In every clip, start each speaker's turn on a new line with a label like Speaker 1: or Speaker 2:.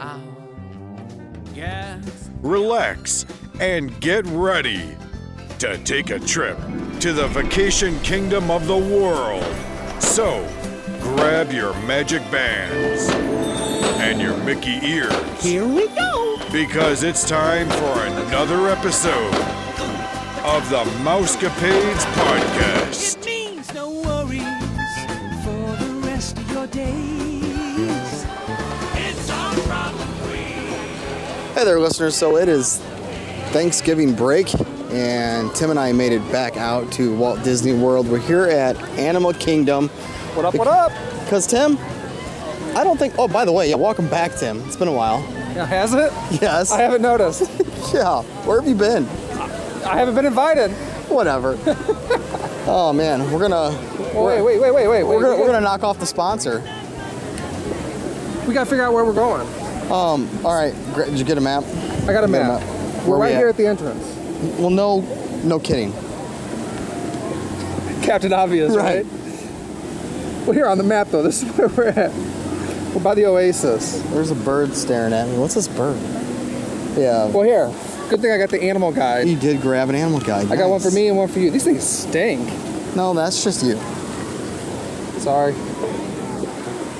Speaker 1: our guest.
Speaker 2: relax, and get ready to take a trip to the vacation kingdom of the world. So, grab your magic bands and your Mickey ears. Here we go! Because it's time for another episode of the Mousecapades Podcast.
Speaker 1: It means no worries for the rest of your days. It's our problem free.
Speaker 3: Hey there, listeners. So it is Thanksgiving break, and Tim and I made it back out to Walt Disney World. We're here at Animal Kingdom. What up, what up? Because, Tim, I don't think. Oh, by the way, yeah, welcome back, Tim. It's been a while.
Speaker 4: Yeah, has it?
Speaker 3: Yes.
Speaker 4: I haven't noticed.
Speaker 3: Yeah. Where have you been?
Speaker 4: I haven't been invited.
Speaker 3: Whatever. oh, man. We're going to.
Speaker 4: Wait, wait, wait, wait, wait.
Speaker 3: We're gonna, we're
Speaker 4: we
Speaker 3: gonna knock off the sponsor.
Speaker 4: gotta, we gotta figure out where we're going.
Speaker 3: Um, All right, great. did you get a map?
Speaker 4: I got a
Speaker 3: Get
Speaker 4: map.
Speaker 3: Where
Speaker 4: We're
Speaker 3: we
Speaker 4: right
Speaker 3: at?
Speaker 4: here at the entrance.
Speaker 3: Well, no, no kidding.
Speaker 4: Captain Obvious,
Speaker 3: Right.
Speaker 4: right? Well, here on the map though, this is where we're at. We're by the Oasis.
Speaker 3: There's a bird staring at me. What's this bird? Yeah.
Speaker 4: Well, here. Good thing I got the animal guide.
Speaker 3: You did grab an animal guide.
Speaker 4: I got one
Speaker 3: Nice.
Speaker 4: for me and one for you. These things stink.
Speaker 3: No, that's just you.
Speaker 4: Sorry.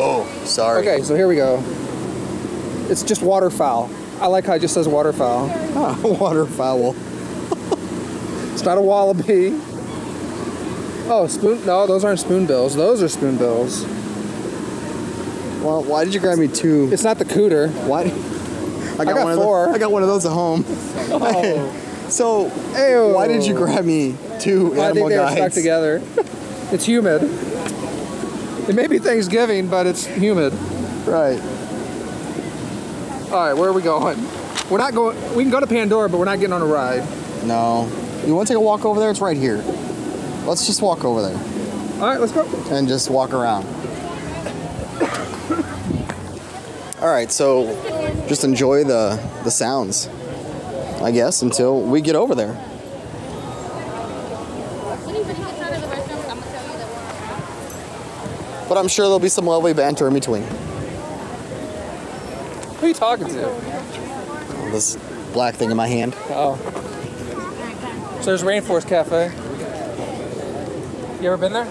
Speaker 3: Oh, sorry.
Speaker 4: Okay, so here we go. It's just waterfowl. I like how it just says waterfowl.
Speaker 3: Ah, waterfowl.
Speaker 4: It's not a wallaby. Oh, spoon. No, those aren't spoonbills. Those are spoonbills.
Speaker 3: Well, why did you grab me two?
Speaker 4: It's not the cooter.
Speaker 3: What? I
Speaker 4: got
Speaker 3: one of tho-
Speaker 4: four.
Speaker 3: I got one of those at home.
Speaker 4: Oh,
Speaker 3: So,
Speaker 4: Ew.
Speaker 3: why did you grab me two
Speaker 4: I
Speaker 3: animal
Speaker 4: think they were
Speaker 3: guides?
Speaker 4: stuck together. it's humid. It may be Thanksgiving, but it's humid.
Speaker 3: Right.
Speaker 4: All right, where are we going? We're not going. We can go to Pandora, but we're not getting on a ride.
Speaker 3: No. You want to take a walk over there? It's right here. Let's just walk over there
Speaker 4: All right, let's go.
Speaker 3: and just walk around. All right. So, just enjoy the the sounds, I guess, until we get over there. But I'm sure there'll be some lovely banter in between.
Speaker 4: Who are you talking to?
Speaker 3: This black thing in my hand.
Speaker 4: Oh. So there's Rainforest Cafe. You ever been there?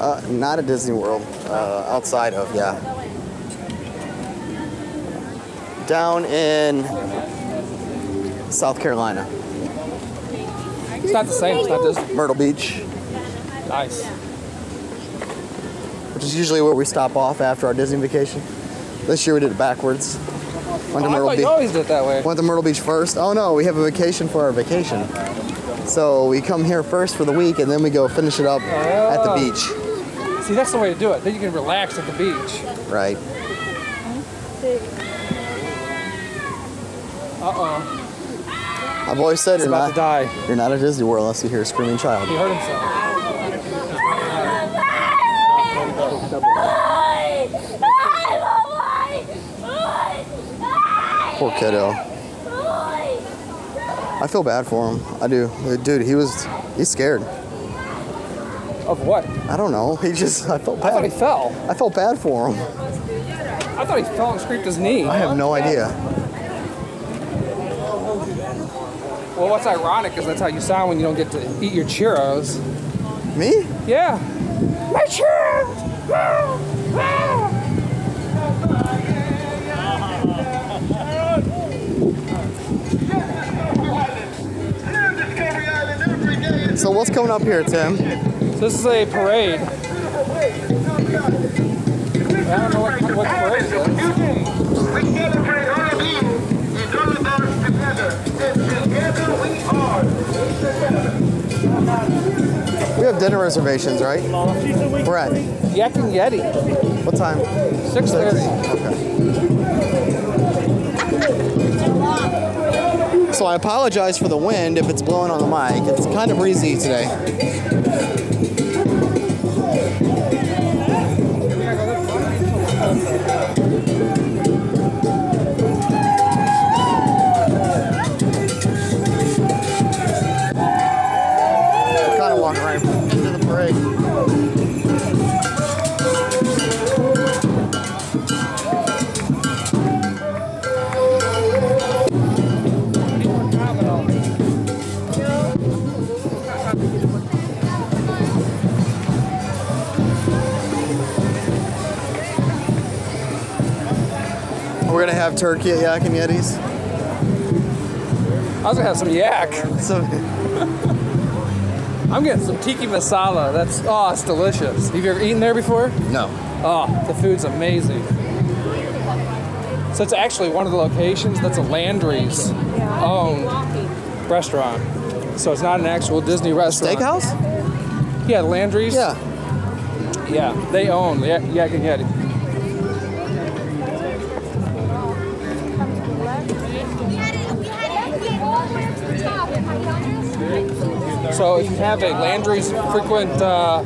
Speaker 3: Uh, not at Disney World. Uh, outside of, yeah. Down in South Carolina,
Speaker 4: It's not the same. It's not Disney.
Speaker 3: Myrtle Beach,
Speaker 4: Nice.
Speaker 3: which is usually where we stop off after our Disney vacation. This year we did it backwards. Went
Speaker 4: Oh,
Speaker 3: to
Speaker 4: I
Speaker 3: Myrtle
Speaker 4: thought
Speaker 3: Beach.
Speaker 4: you always did it that way.
Speaker 3: Went to Myrtle Beach first. Oh no, we have a vacation for our vacation. So we come here first for the week, and then we go finish it up at the
Speaker 4: Ah.
Speaker 3: beach.
Speaker 4: See, that's the way to do it. Then you can relax at the beach.
Speaker 3: Right.
Speaker 4: Uh-oh.
Speaker 3: I've always said
Speaker 4: He's
Speaker 3: you're
Speaker 4: Uh-uh. about to
Speaker 3: not,
Speaker 4: die.
Speaker 3: you're not at Disney World unless you hear a screaming child.
Speaker 4: He hurt himself.
Speaker 3: Poor kiddo. I feel bad for him. I do. Dude, he was he's scared.
Speaker 4: Of what?
Speaker 3: I don't know. He just I felt
Speaker 4: I thought he
Speaker 3: bad.
Speaker 4: fell.
Speaker 3: I felt bad for him.
Speaker 4: I thought he fell and scraped his knee.
Speaker 3: I have no idea.
Speaker 4: Well, what's ironic is that's how you sound when you don't get to eat your churros.
Speaker 3: Me?
Speaker 4: Yeah. My churros!
Speaker 3: So what's coming up here, Tim?
Speaker 4: So this is a parade. I don't know what, what parade it is.
Speaker 3: We have dinner reservations, right? We're at
Speaker 4: Yak and Yeti.
Speaker 3: what time?
Speaker 4: 6.30.
Speaker 3: Okay. So I apologize for the wind if it's blowing on the mic. It's kind of breezy today. Kind of walking right into the parade. We're gonna have turkey at Yak and Yetis.
Speaker 4: I was gonna have some yak.
Speaker 3: So
Speaker 4: I'm getting some tiki masala. That's oh, it's delicious. Have you ever eaten there before?
Speaker 3: no.
Speaker 4: Oh, the food's amazing. So it's actually one of the locations that's a Landry's owned restaurant. So it's not an actual Disney restaurant.
Speaker 3: Steakhouse?
Speaker 4: Yeah, Landry's.
Speaker 3: Yeah.
Speaker 4: Yeah, they own Yak Yak and Yeti. So if you have a Landry's frequent, uh,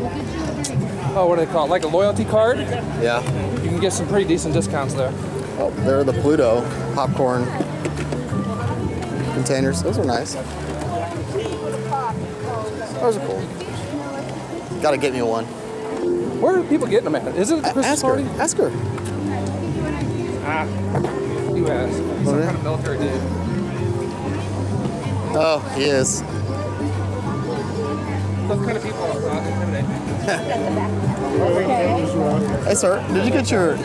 Speaker 4: oh, what do they call it? Like a loyalty card, you
Speaker 3: Yeah.
Speaker 4: can get some pretty decent discounts there.
Speaker 3: Oh, there are the Pluto popcorn containers. Those are nice. Those are cool. Gotta get me one.
Speaker 4: Where are people getting them at? Is it at the Christmas
Speaker 3: Ask her.
Speaker 4: party?
Speaker 3: Ask her.
Speaker 4: You ask. He's some kind of military dude.
Speaker 3: Oh, he is.
Speaker 4: Those kind of people are not intimidating.
Speaker 3: Hey, sir. Did you get your?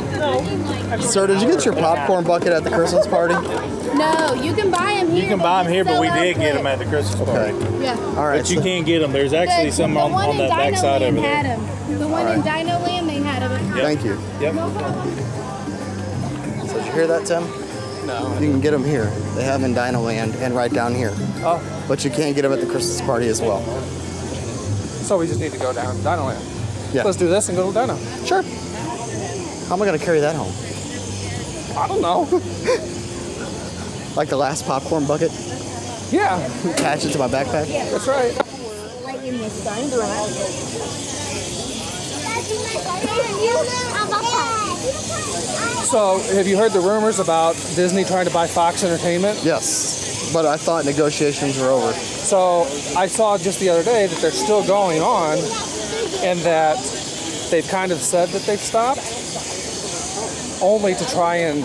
Speaker 3: Sir, did you get your popcorn bucket at the Christmas party?
Speaker 5: No, you can buy them here.
Speaker 6: You can buy them here, but we did get them at the Christmas party.
Speaker 5: Yeah.
Speaker 3: All right.
Speaker 6: But you
Speaker 3: so-
Speaker 6: can't get them. There's actually
Speaker 5: the,
Speaker 6: some
Speaker 5: the
Speaker 6: on,
Speaker 5: one
Speaker 6: on
Speaker 5: in
Speaker 6: that back
Speaker 5: Dino
Speaker 6: side
Speaker 5: Land
Speaker 6: over there.
Speaker 5: had them. The one in Dino Land, they had them.
Speaker 3: Thank you.
Speaker 6: Yep.
Speaker 3: So did you hear that, Tim? No. You can get them here. They have them in Dinoland and right down here.
Speaker 4: Oh,
Speaker 3: But you can't get them at the Christmas party as well.
Speaker 4: so we just need to go down to Dino Land.
Speaker 3: Yeah.
Speaker 4: Let's do this and go to Dino.
Speaker 3: Sure. How am I gonna carry that home?
Speaker 4: I don't know.
Speaker 3: Like the last popcorn bucket?
Speaker 4: yeah,
Speaker 3: Attach it to my backpack?
Speaker 4: that's right. So, have you heard the rumors about Disney trying to buy Fox Entertainment?
Speaker 3: Yes. But I thought negotiations were over.
Speaker 4: So, I saw just the other day that they're still going on and that they've kind of said that they've stopped only to try and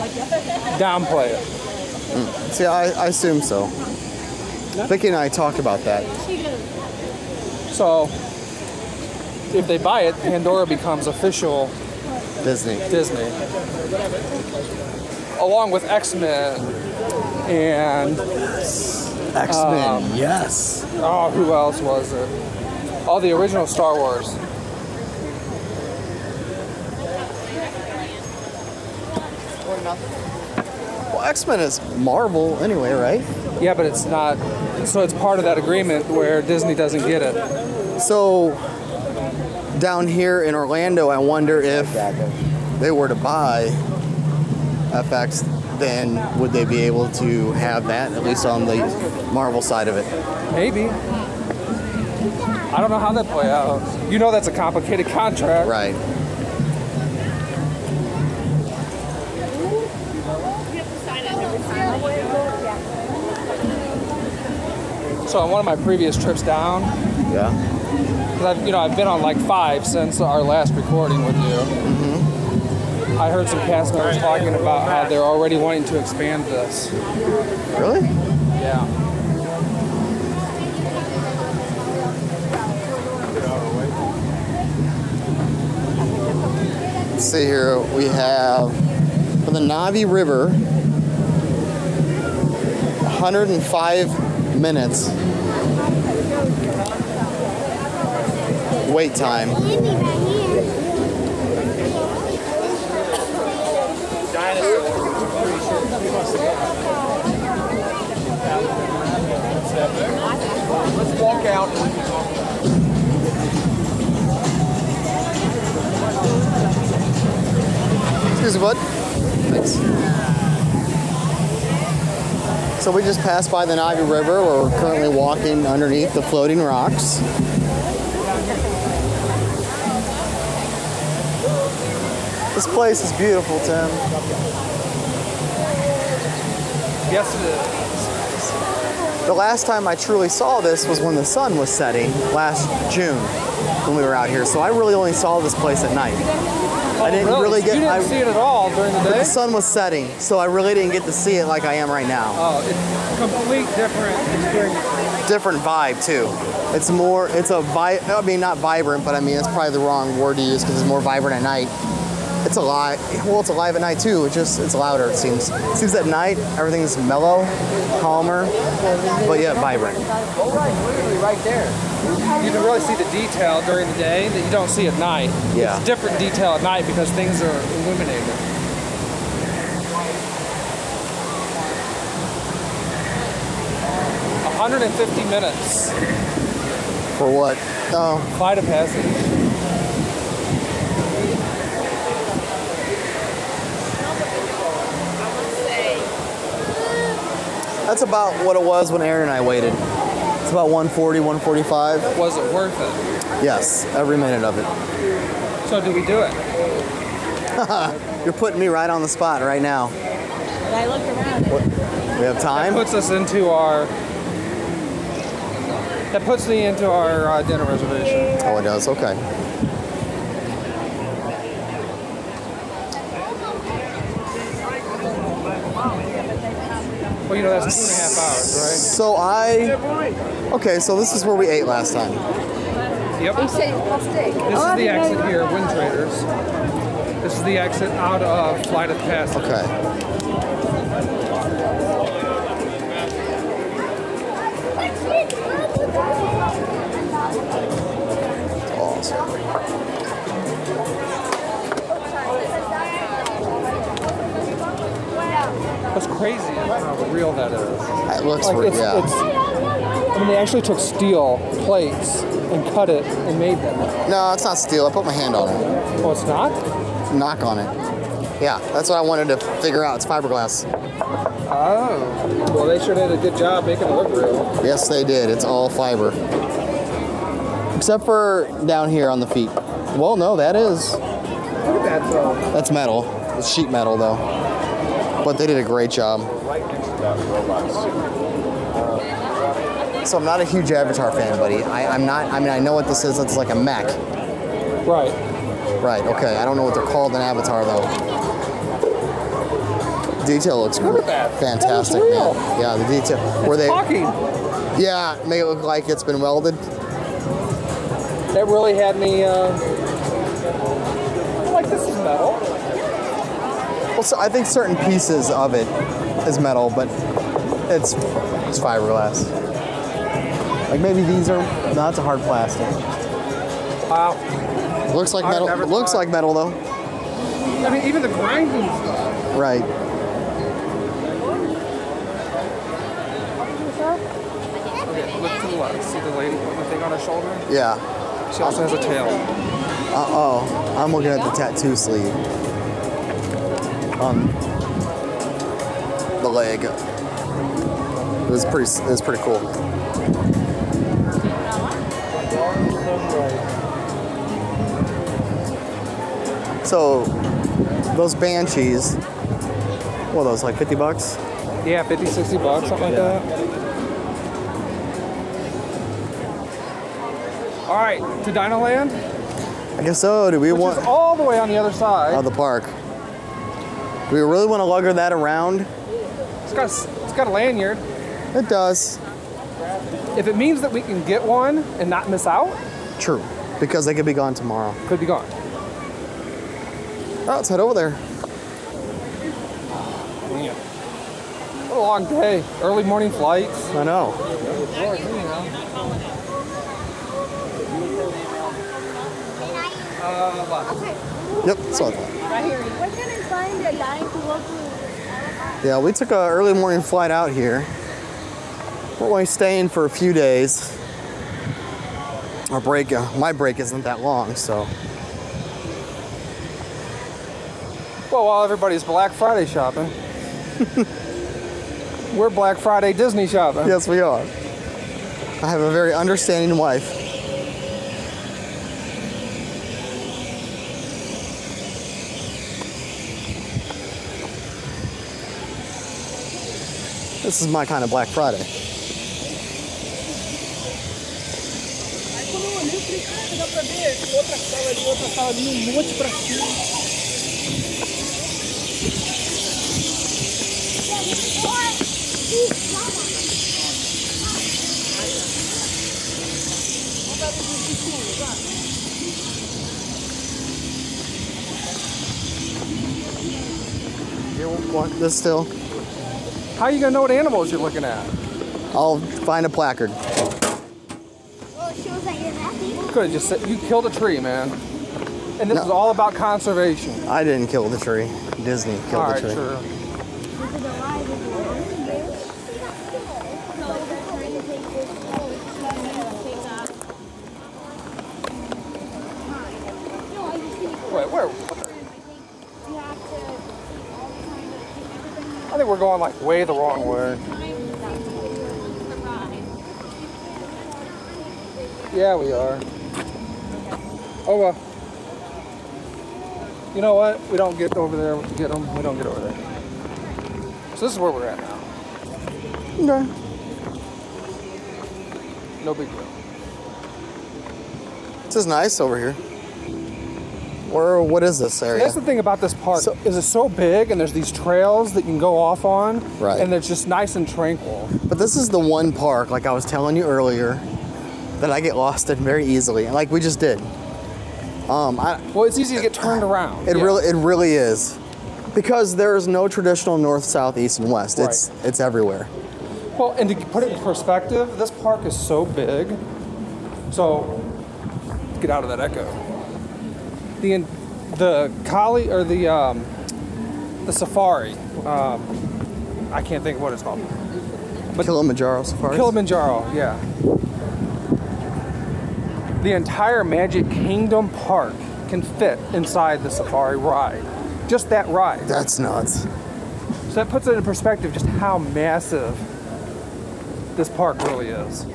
Speaker 4: downplay it.
Speaker 3: See, I, I assume so. Vicky and I talked about that.
Speaker 4: So, if they buy it, Pandora becomes official
Speaker 3: Disney.
Speaker 4: Disney, along with X Men and
Speaker 3: X Men. yes.
Speaker 4: oh, who else was it? All the original Star Wars.
Speaker 3: Well, X Men is Marvel anyway, right?
Speaker 4: Yeah, but it's not. So it's part of that agreement where Disney doesn't get it.
Speaker 3: So down here in Orlando, I wonder if they were to buy FX, then would they be able to have that at least on the Marvel side of it?
Speaker 4: Maybe. I don't know how that play out. You know that's a complicated contract.
Speaker 3: Right.
Speaker 4: So on one of my previous trips down,
Speaker 3: Yeah.
Speaker 4: because I've you know I've been on like five since our last recording with you.
Speaker 3: Mm-hmm.
Speaker 4: I heard some cast members talking about how they're already wanting to expand this.
Speaker 3: Really?
Speaker 4: Yeah.
Speaker 3: Let's see here. We have for the Navi River, 105 minutes wait time.
Speaker 4: Walk out.
Speaker 3: Excuse me, bud. Thanks. So we just passed by the Navi River where we're currently walking underneath the floating rocks. This place is beautiful, Tim.
Speaker 4: Yes, it is.
Speaker 3: The last time I truly saw this was when the sun was setting last June when we were out here. So I really only saw this place at night. I didn't
Speaker 4: Really?
Speaker 3: really
Speaker 4: So
Speaker 3: get
Speaker 4: you didn't
Speaker 3: I,
Speaker 4: see it at all during the
Speaker 3: the
Speaker 4: day.
Speaker 3: sun was setting, so I really didn't get to see it like I am right now.
Speaker 4: Oh, it's complete different experience.
Speaker 3: different vibe too. It's more, it's a vi I mean, not vibrant, but I mean, that's probably the wrong word to use because it's more vibrant at night. It's alive. Well, it's alive at night too. It just, it's louder. It seems. It seems at night everything's mellow, calmer, but yet vibrant.
Speaker 4: Oh, right, literally right there. You can really see the detail during the day that you don't see at night.
Speaker 3: Yeah.
Speaker 4: It's different detail at night because things are illuminated. hundred and fifty minutes
Speaker 3: For what? Oh,
Speaker 4: flight of passage.
Speaker 3: that's about what it was when Aaron and I waited. It's about 140, 145.
Speaker 4: Was it worth it?
Speaker 3: Yes, every minute of it.
Speaker 4: So did we do it?
Speaker 3: You're putting me right on the spot right now.
Speaker 7: I looked around.
Speaker 3: We have time.
Speaker 4: Puts us into our. That puts me into our uh, dinner reservation.
Speaker 3: Oh, it does. Okay.
Speaker 4: Well, you know that's two and a half hours,
Speaker 3: So I. Okay, so this is where we ate last time.
Speaker 4: right? Yep.
Speaker 5: Oh,
Speaker 4: This is the exit here, Wind Traders. This is the exit out of Flight of Passage.
Speaker 3: Okay. Awesome.
Speaker 4: That's crazy how real that is.
Speaker 3: That looks
Speaker 4: Like
Speaker 3: re-
Speaker 4: it's,
Speaker 3: yeah.
Speaker 4: it's, I mean, they actually took steel plates and cut it and made them.
Speaker 3: no, it's not steel. I put my hand on it.
Speaker 4: Well, it's not.
Speaker 3: Knock on it. Yeah, that's what I wanted to figure out. It's fiberglass.
Speaker 4: Oh. Well, they sure did a good job making it look real.
Speaker 3: Yes, they did. It's all fiber. Except for down here on the feet. Well, no, that is.
Speaker 4: Look at that though.
Speaker 3: That's metal. It's sheet metal, though. But they did a great job. So I'm not a huge Avatar fan, buddy. I, I'm not. I mean, I know what this is. It's like a mech,
Speaker 4: Right.
Speaker 3: right? Okay. I don't know what they're called in Avatar though. Detail looks gr-
Speaker 4: that. That
Speaker 3: fantastic,
Speaker 4: looks real.
Speaker 3: man. Yeah, the detail. Where they?
Speaker 4: Talking.
Speaker 3: Yeah, make it look like it's been welded.
Speaker 4: That really had me. Uh, like this is metal.
Speaker 3: Well, so I think certain pieces of it is metal, but it's it's fiberglass. Like maybe these are no, that's a hard plastic.
Speaker 4: Wow.
Speaker 3: Looks like
Speaker 4: I've
Speaker 3: metal.
Speaker 4: never
Speaker 3: Looks
Speaker 4: thought-
Speaker 3: like metal though.
Speaker 4: I mean, even the grinding stuff.
Speaker 3: Right.
Speaker 4: Okay, look to the left. See the lady with the thing on her shoulder?
Speaker 3: Yeah.
Speaker 4: She also has a tail.
Speaker 3: Uh oh. I'm looking at the tattoo sleeve. On the leg. It was pretty. s- It was pretty cool. So, those banshees. What are those like 50 bucks?
Speaker 4: Yeah, 50, 60 bucks, something like that. All right, to Dino Land,
Speaker 3: I guess so. Do we
Speaker 4: which
Speaker 3: want Um,
Speaker 4: is all the way on the other side.
Speaker 3: of the park? Do we really want to lugger that around?
Speaker 4: It's got a s- it's got a lanyard.
Speaker 3: It does.
Speaker 4: If it means that we can get one and not miss out,
Speaker 3: True. Because they could be gone tomorrow.
Speaker 4: could be gone.
Speaker 3: All right, let's head over there.
Speaker 4: What a long day. Early morning flights.
Speaker 3: I know. Yep, that's what I thought.
Speaker 7: We're gonna find a line to walk to.
Speaker 3: Yeah, we took a early morning flight out here. We're only staying for a few days. Our break, uh, my break isn't that long, so.
Speaker 4: Well, while everybody's Black Friday shopping. We're Black Friday Disney shopping.
Speaker 3: Yes, we are. I have a very understanding wife. This is my kind of Black Friday. You want this still?
Speaker 4: How you gonna know what animals you're looking at?
Speaker 3: I'll find a placard.
Speaker 4: Could have just said you killed a tree, man. And this
Speaker 3: No.
Speaker 4: is all about conservation.
Speaker 3: I didn't kill the tree. Disney killed
Speaker 4: all
Speaker 3: the
Speaker 4: right,
Speaker 3: tree.
Speaker 4: sure. Wait, where? I think we're going like way the wrong way. Yeah, we are. Oh well. You know what? We don't get over there. We get them. We don't get over there. So this is where we're at now.
Speaker 3: Okay.
Speaker 4: No big deal.
Speaker 3: This is nice over here. Where? What is this area?
Speaker 4: That's the thing about this park
Speaker 3: So-
Speaker 4: is it's so big and there's these trails that you can go off on,
Speaker 3: Right.
Speaker 4: and it's just nice and tranquil.
Speaker 3: But this is the one park, like I was telling you earlier, that I get lost in very easily, like we just did. Um, I,
Speaker 4: Well, it's easy to get turned around.
Speaker 3: it
Speaker 4: Yeah.
Speaker 3: really, it really is, because there is no traditional north, south, east, and west. It's it's everywhere.
Speaker 4: Well, and to put it in perspective, this park is so big. So, get out of that echo. The in- the collie or the um, the safari. Um, I can't think of what it's called. But-
Speaker 3: Kilimanjaro Safari.
Speaker 4: Kilimanjaro. Yeah. The entire Magic Kingdom park can fit inside the safari ride. Just that ride.
Speaker 3: That's nuts.
Speaker 4: So that puts it in perspective just how massive this park really is.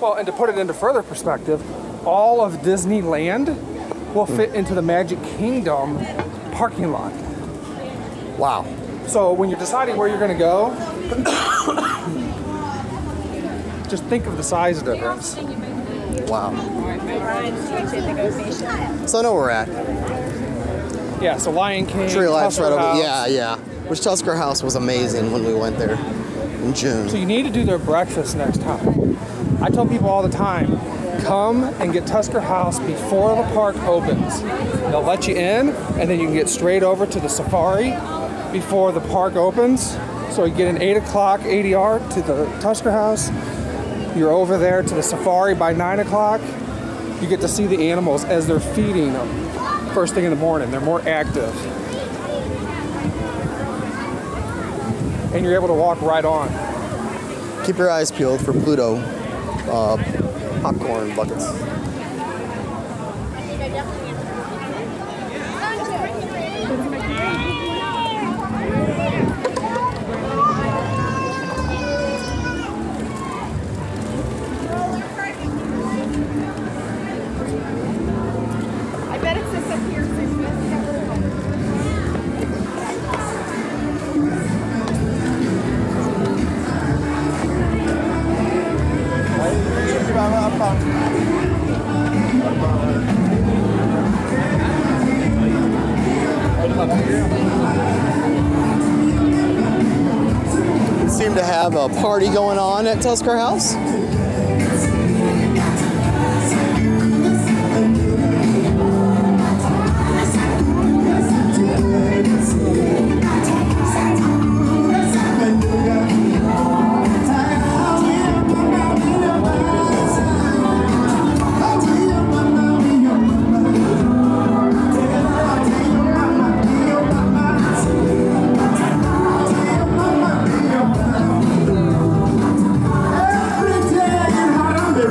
Speaker 4: Well, and to put it into further perspective, all of Disneyland will fit into the Magic Kingdom parking lot.
Speaker 3: Wow.
Speaker 4: So when you're deciding where you're going to go, just think of the size difference.
Speaker 3: Wow. So I know where we're at.
Speaker 4: Yeah, so Lion King,
Speaker 3: Tree lights right
Speaker 4: Tusker
Speaker 3: over.
Speaker 4: House.
Speaker 3: Yeah, yeah. Which Tusker House was amazing when we went there in June.
Speaker 4: So you need to do their breakfast next time. I tell people all the time, come and get Tusker House before the park opens. They'll let you in, and then you can get straight over to the safari before the park opens. So you get an 8 o'clock ADR to the Tusker House. You're over there to the safari by 9 o'clock. You get to see the animals as they're feeding them first thing in the morning. They're more active. And you're able to walk right on.
Speaker 3: Keep your eyes peeled for Pluto uh, popcorn buckets.
Speaker 7: I bet it's this up here.
Speaker 3: Seem to have a party going on at Tusker House.
Speaker 8: Every day.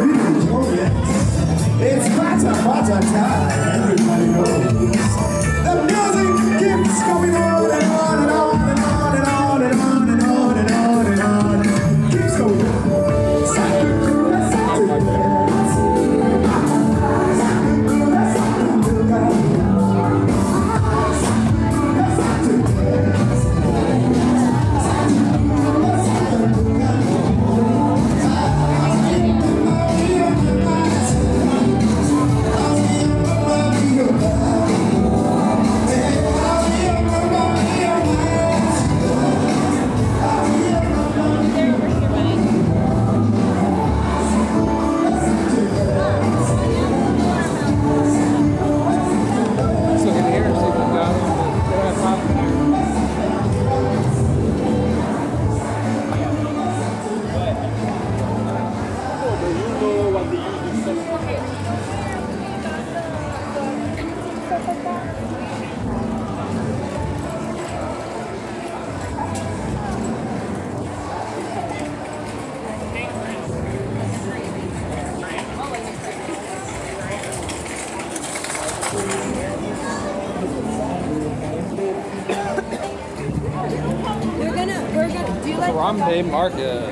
Speaker 8: We're gonna, we're gonna, do you like?
Speaker 4: Harambe Market.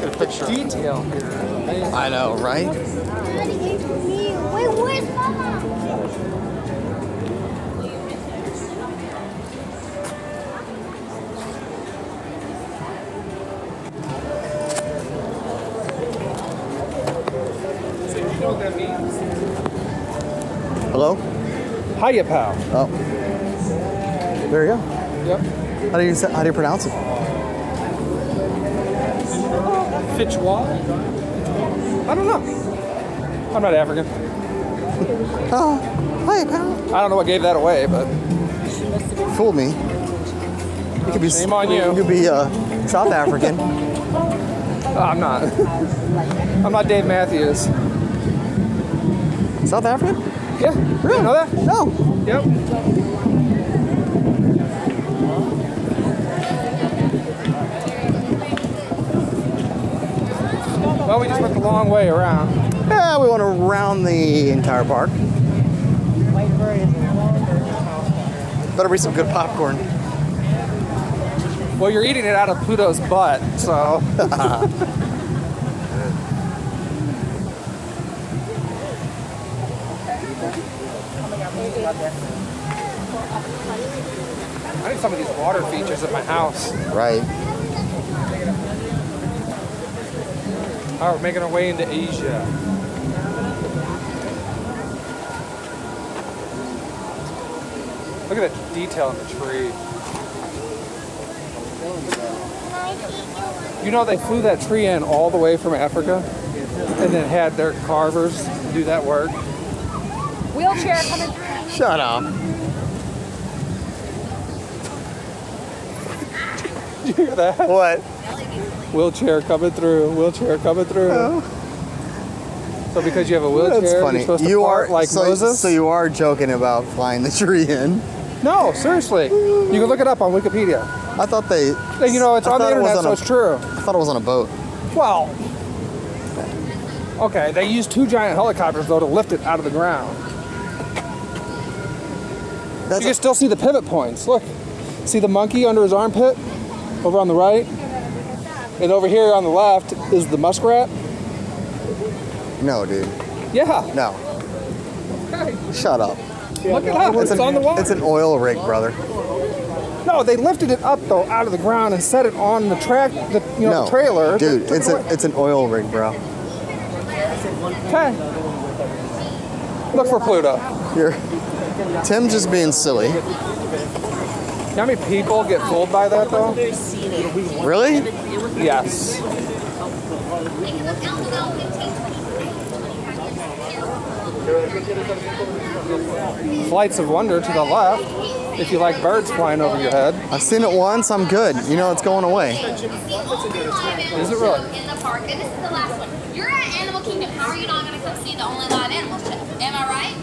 Speaker 3: Get a picture.
Speaker 4: Detail here.
Speaker 3: I know, right?
Speaker 5: Wait, where's Mama?
Speaker 3: Hello?
Speaker 4: Hiya, pal.
Speaker 3: Oh. There you go.
Speaker 4: Yep.
Speaker 3: How do you say, how do you pronounce it?
Speaker 4: Fichwa? I don't know. I'm not African.
Speaker 3: Oh, hi, pal.
Speaker 4: I don't know what gave that away, but
Speaker 3: Fooled me. You could be
Speaker 4: Shame on you.
Speaker 3: You could be uh, South African.
Speaker 4: I'm not. I'm not Dave Matthews.
Speaker 3: South African?
Speaker 4: Yeah, really? You know that?
Speaker 3: No.
Speaker 4: Yep. Well, we just went the long way around.
Speaker 3: Yeah, we want to round the entire park. Better be some good popcorn.
Speaker 4: Well, you're eating it out of Pluto's butt, so. I need some of these water features at my house.
Speaker 3: Right.
Speaker 4: All right, we're making our way into Asia. Look at that detail in the tree. You know, they flew that tree in all the way from Africa and then had their carvers do that work.
Speaker 8: Wheelchair coming through.
Speaker 3: Shut up.
Speaker 4: Did you hear that?
Speaker 3: What?
Speaker 4: Wheelchair coming through, wheelchair coming through. So, because you have a wheelchair,
Speaker 3: Oh. That's funny.
Speaker 4: you're supposed to
Speaker 3: You
Speaker 4: fart
Speaker 3: are
Speaker 4: like
Speaker 3: so,
Speaker 4: Moses?
Speaker 3: so you are joking about flying the tree in.
Speaker 4: no, seriously. You can look it up on Wikipedia.
Speaker 3: I thought they.
Speaker 4: And, you know, it's
Speaker 3: I
Speaker 4: on the
Speaker 3: thought it was
Speaker 4: internet,
Speaker 3: on
Speaker 4: so
Speaker 3: a-
Speaker 4: it's true.
Speaker 3: I thought it was on a boat.
Speaker 4: Well, okay, they used two giant helicopters though to lift it out of the ground.
Speaker 3: That's
Speaker 4: You can still see the pivot points. Look, see the monkey under his armpit over on the right, and over here on the left is the muskrat.
Speaker 3: no, dude.
Speaker 4: Yeah,
Speaker 3: No. Shut up.
Speaker 4: look it up. It's,
Speaker 3: an,
Speaker 4: on the wall.
Speaker 3: It's an oil rig, brother.
Speaker 4: no, they lifted it up though out of the ground and set it on the track, the you know,
Speaker 3: no
Speaker 4: the trailer.
Speaker 3: dude. It's an it's an oil rig, bro.
Speaker 4: okay. Look for Pluto.
Speaker 3: You're Tim's just being silly.
Speaker 4: You know how many people get fooled by that though?
Speaker 3: Really?
Speaker 4: Yes. Flights of Wonder to the left, if you like birds flying over your head.
Speaker 3: I've seen it once. I'm good. You know it's going away.
Speaker 4: Is it really?
Speaker 9: In the park, and this is the last one. You're at Animal Kingdom. How are you not going to come see the only live animal show? Am I right?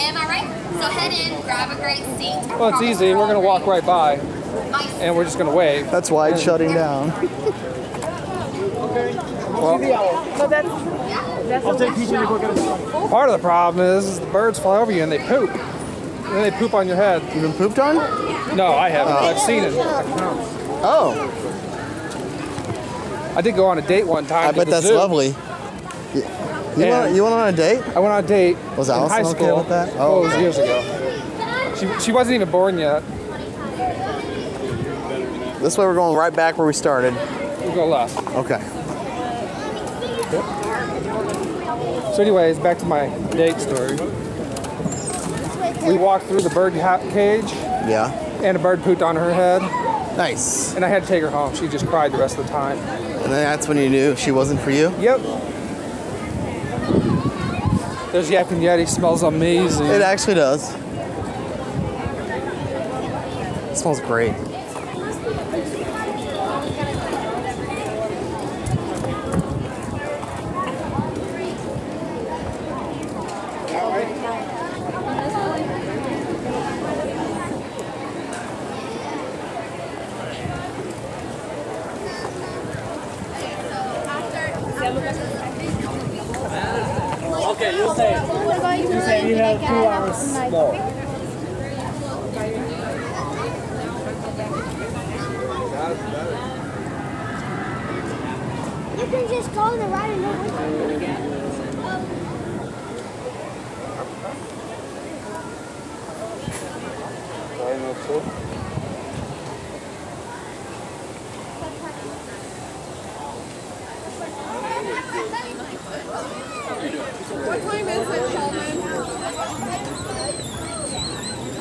Speaker 9: Am I right? So head in, grab a great seat. I
Speaker 4: Well, it's
Speaker 9: promise
Speaker 4: easy.
Speaker 9: we're
Speaker 4: We're gonna
Speaker 9: all
Speaker 4: walk right by,
Speaker 9: great. My
Speaker 4: and we're just gonna wave.
Speaker 3: That's why it's shutting down.
Speaker 7: So that's
Speaker 4: Part of the problem is, is the birds fly over you and they poop. And then they poop on your head.
Speaker 3: You've been pooped on?
Speaker 4: No, I haven't. but I've seen it.
Speaker 3: Oh,
Speaker 4: I did go on a date one time.
Speaker 3: I
Speaker 4: to
Speaker 3: bet
Speaker 4: the
Speaker 3: that's
Speaker 4: zoo.
Speaker 3: lovely. You, you,
Speaker 4: Yeah.
Speaker 3: went, you went on a date?
Speaker 4: I went on a date.
Speaker 3: Was
Speaker 4: in
Speaker 3: Allison
Speaker 4: high
Speaker 3: okay
Speaker 4: school.
Speaker 3: with that?
Speaker 4: Oh,
Speaker 3: Oh.
Speaker 4: it was years ago. She, she wasn't even born yet.
Speaker 3: This way we're going right back where we started.
Speaker 4: We'll go left.
Speaker 3: Okay.
Speaker 4: So, anyways, back to my date story. We walked through the bird ha- cage,
Speaker 3: Yeah.
Speaker 4: and a bird pooped on her head,
Speaker 3: Nice.
Speaker 4: and I had to take her home. She just cried the rest of the time.
Speaker 3: And then that's when you knew she wasn't for you.
Speaker 4: Yep. There's Yak and Yeti. Smells amazing.
Speaker 3: It actually does. smells great.
Speaker 5: Okay, you say. What about you? You have two hours. You can just go on the ride and no Um,
Speaker 8: What time is it, Sheldon?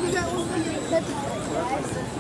Speaker 5: you got one for your clip.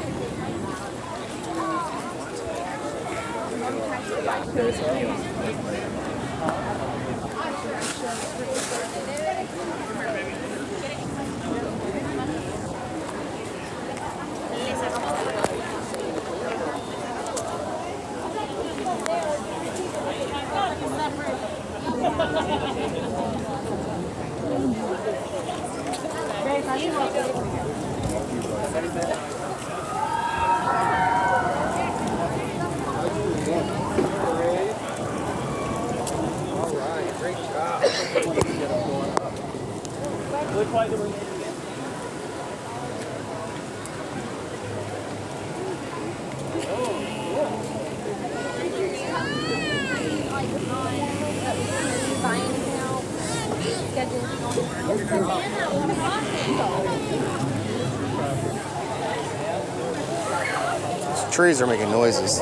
Speaker 3: These trees are making noises.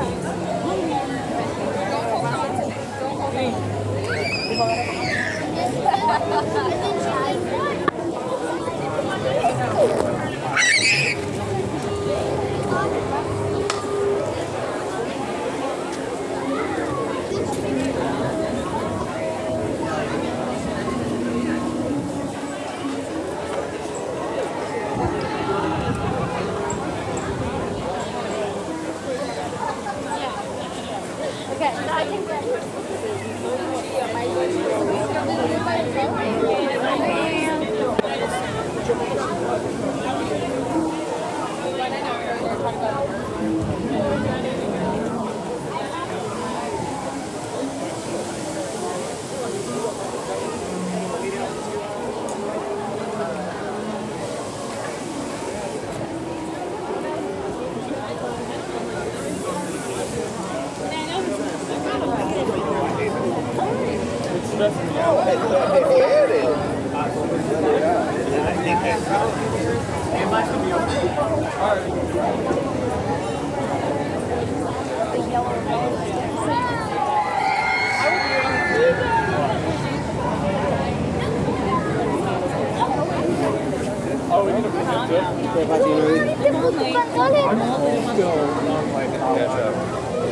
Speaker 5: Okay, now I can grab it.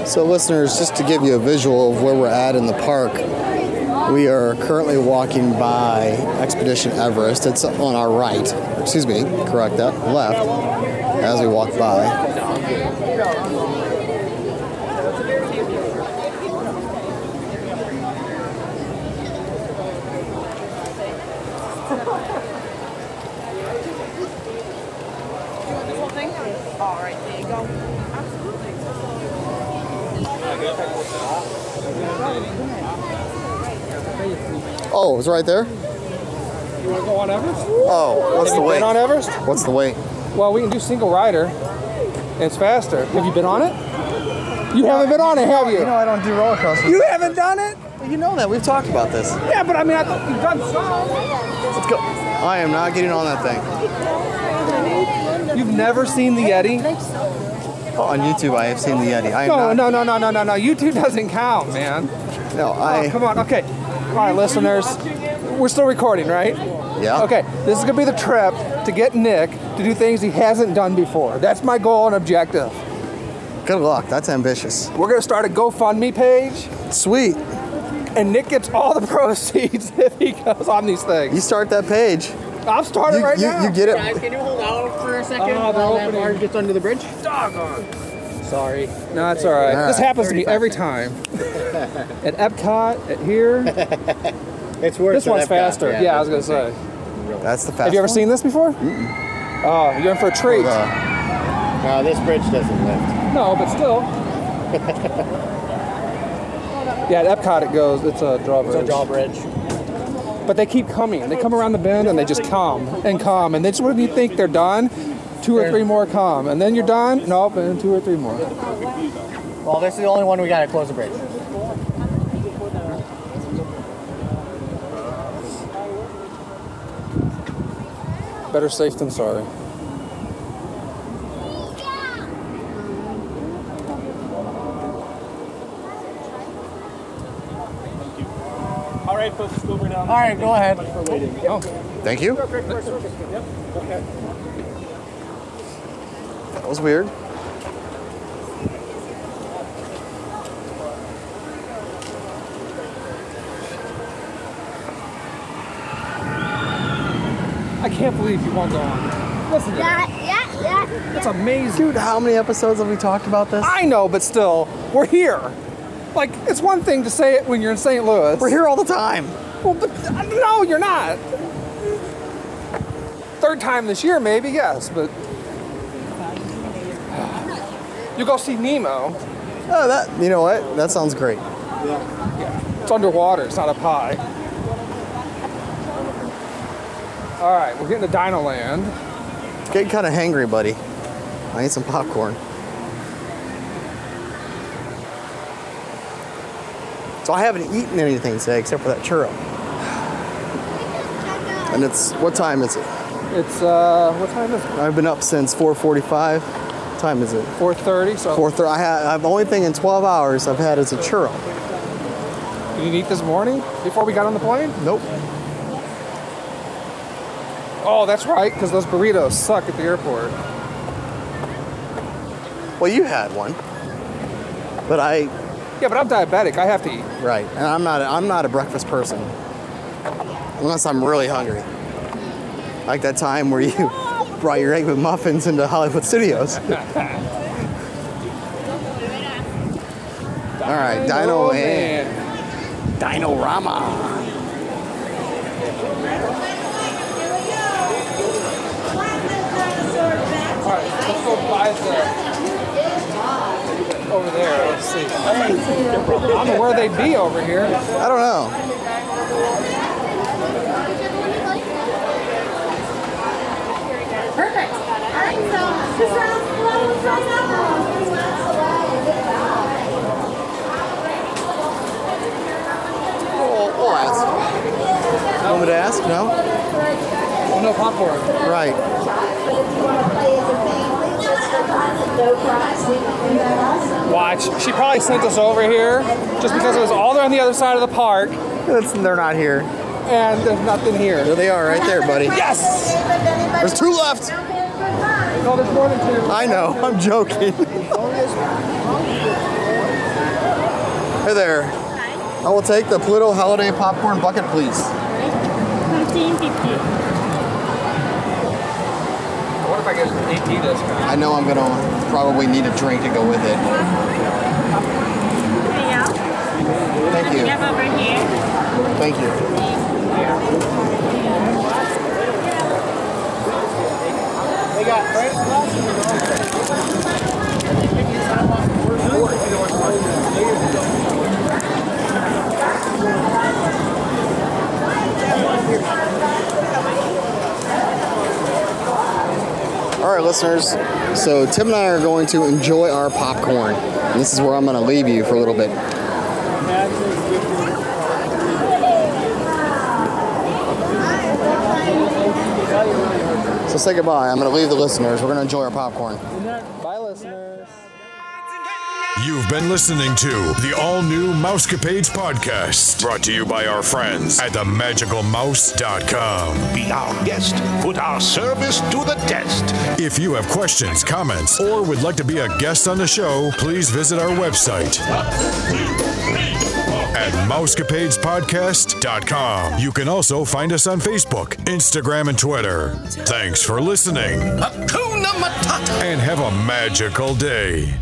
Speaker 3: So, listeners, just to give you a visual of where we're at in the park, we are currently walking by Expedition Everest. It's on our right, excuse me, correct that, left, as we walk by.
Speaker 7: This whole thing? All right, there you go. Absolutely.
Speaker 3: Oh, it's right there?
Speaker 4: You want to go on Everest?
Speaker 3: Oh, what's
Speaker 4: Have
Speaker 3: the
Speaker 4: you been
Speaker 3: wait?
Speaker 4: on Everest?
Speaker 3: What's the wait?
Speaker 4: Well, we can do single rider. It's faster. Have you been on it? You haven't been on it, have you?
Speaker 10: I don't do roller coasters.
Speaker 4: You haven't done it?
Speaker 3: You know that, we've talked about this.
Speaker 4: Yeah, but I mean, I thought you've done some.
Speaker 3: Let's go. I am not getting on that thing.
Speaker 4: You've never seen the Yeti?
Speaker 3: Oh, on YouTube, I have seen the Yeti. I am
Speaker 4: No,
Speaker 3: not.
Speaker 4: no, no, no, no, no, no. YouTube doesn't count, man.
Speaker 3: No,
Speaker 4: Oh,
Speaker 3: I.
Speaker 4: come on. Okay. All right, listeners. We're still recording, right?
Speaker 3: Yeah.
Speaker 4: Okay. This is going to be the trip to get Nick to do things he hasn't done before. That's my goal and objective.
Speaker 3: Good luck. That's ambitious.
Speaker 4: We're going to start a GoFundMe page,
Speaker 3: Sweet.
Speaker 4: and Nick gets all the proceeds if he goes on these things.
Speaker 3: You start that page.
Speaker 4: I'm starting
Speaker 3: you,
Speaker 4: right
Speaker 3: you,
Speaker 4: now.
Speaker 3: you get it.
Speaker 10: Guys, can you hold out for a second
Speaker 4: Oh,
Speaker 10: while
Speaker 4: they're
Speaker 10: that
Speaker 4: opening.
Speaker 10: barge gets under the bridge? Sorry.
Speaker 4: No, it's all right.
Speaker 3: All
Speaker 4: This
Speaker 3: right.
Speaker 4: happens to me every time. at Epcot, at here.
Speaker 6: It's worth
Speaker 4: This
Speaker 6: it.
Speaker 4: one's
Speaker 6: Epcot.
Speaker 4: faster. Yeah, I was gonna say.
Speaker 3: That's the fast.
Speaker 4: Have you ever
Speaker 3: one.
Speaker 4: seen this before? Mm-mm. Oh, you're in for a treat.
Speaker 3: Uh,
Speaker 6: No, this bridge doesn't lift.
Speaker 4: No, but still. yeah, at Epcot it goes. It's a drawbridge.
Speaker 10: It's a drawbridge.
Speaker 4: But they keep coming. They come around the bend and they just come and come. And then just when you think they're done, two or three more come. And then you're done. Nope, and two or three more.
Speaker 6: Well, this is the only one we got to close the bridge.
Speaker 4: Better safe than sorry.
Speaker 11: All right, folks, go over down.
Speaker 6: All right, go ahead.
Speaker 11: Thank you much for waiting.
Speaker 6: Oh.
Speaker 3: Thank you.
Speaker 11: Real quick, first service. Yep. Okay.
Speaker 3: That was weird.
Speaker 4: I can't believe you won't go on. Listen to that.
Speaker 5: yeah, yeah.
Speaker 4: That's amazing.
Speaker 3: Dude, how many episodes have we talked about this?
Speaker 4: I know, but still, we're here. Like, it's one thing to say it when you're in St. Louis.
Speaker 3: We're here all the time.
Speaker 4: Well, but uh, no, you're not. Third time this year, maybe, yes, but. You go see Nemo.
Speaker 3: Oh, that you know what? That sounds great.
Speaker 4: It's underwater, it's not up high. Alright, we're getting to Dino Land.
Speaker 3: Getting kind of hangry, buddy. I need some popcorn. So I haven't eaten anything today except for that churro. And it's what time is it?
Speaker 4: It's uh what time is it?
Speaker 3: I've been up since 4:45. Time is it?
Speaker 4: 4:30. So
Speaker 3: 4:30. I had. I've the only thing in 12 hours I've had is a churro.
Speaker 4: Did you eat this morning before we got on the plane?
Speaker 3: Nope.
Speaker 4: Oh, that's right, because those burritos suck at the airport.
Speaker 3: Well, you had one, but I.
Speaker 4: Yeah, but I'm diabetic. I have to eat.
Speaker 3: Right, and I'm not. I'm not a breakfast person, unless I'm really hungry. Like that time where you brought your egg with muffins into Hollywood Studios. All right, Dino and Dino Rama.
Speaker 4: All right, let's go by the over there. Let's see. I don't know where they'd be over here.
Speaker 3: I don't know.
Speaker 5: Perfect. All right, so this round's closed right now.
Speaker 3: We'll, we'll ask. Want me to Oh, ask? No.
Speaker 4: Oh, no popcorn.
Speaker 3: Right.
Speaker 5: If you want to play as a family, just for fun and no prize, we can do that also.
Speaker 4: Watch. She probably sent us over here just because it was all there on the other side of the park,
Speaker 3: That's, they're not here.
Speaker 4: and there's nothing
Speaker 3: There
Speaker 4: here.
Speaker 3: they are, right there, buddy.
Speaker 4: Yes.
Speaker 3: There's two left.
Speaker 4: No, there's more than two.
Speaker 3: I know. I'm joking. hey there. I will take the Pluto Holiday Popcorn Bucket, please.
Speaker 4: What if I get an AT discount?
Speaker 3: I know I'm gonna probably need a drink to go with it. Thank you.
Speaker 8: over here.
Speaker 3: Thank you.
Speaker 6: They got French fries.
Speaker 3: All right, listeners. So Tim and I are going to enjoy our popcorn. And this is where I'm gonna leave you for a little bit. So say goodbye. I'm gonna leave the listeners. We're gonna enjoy our popcorn.
Speaker 4: Bye, listeners.
Speaker 2: You've been listening to the all new Mousecapades podcast, brought to you by our friends at themagicalmouse.com.
Speaker 12: Be our guest. Put our service to the test.
Speaker 2: If you have questions, comments, or would like to be a guest on the show, please visit our website at mousecapadespodcast.com. You can also find us on Facebook, Instagram, and Twitter. Thanks for listening
Speaker 12: Hakuna Matata.
Speaker 2: and have a magical day.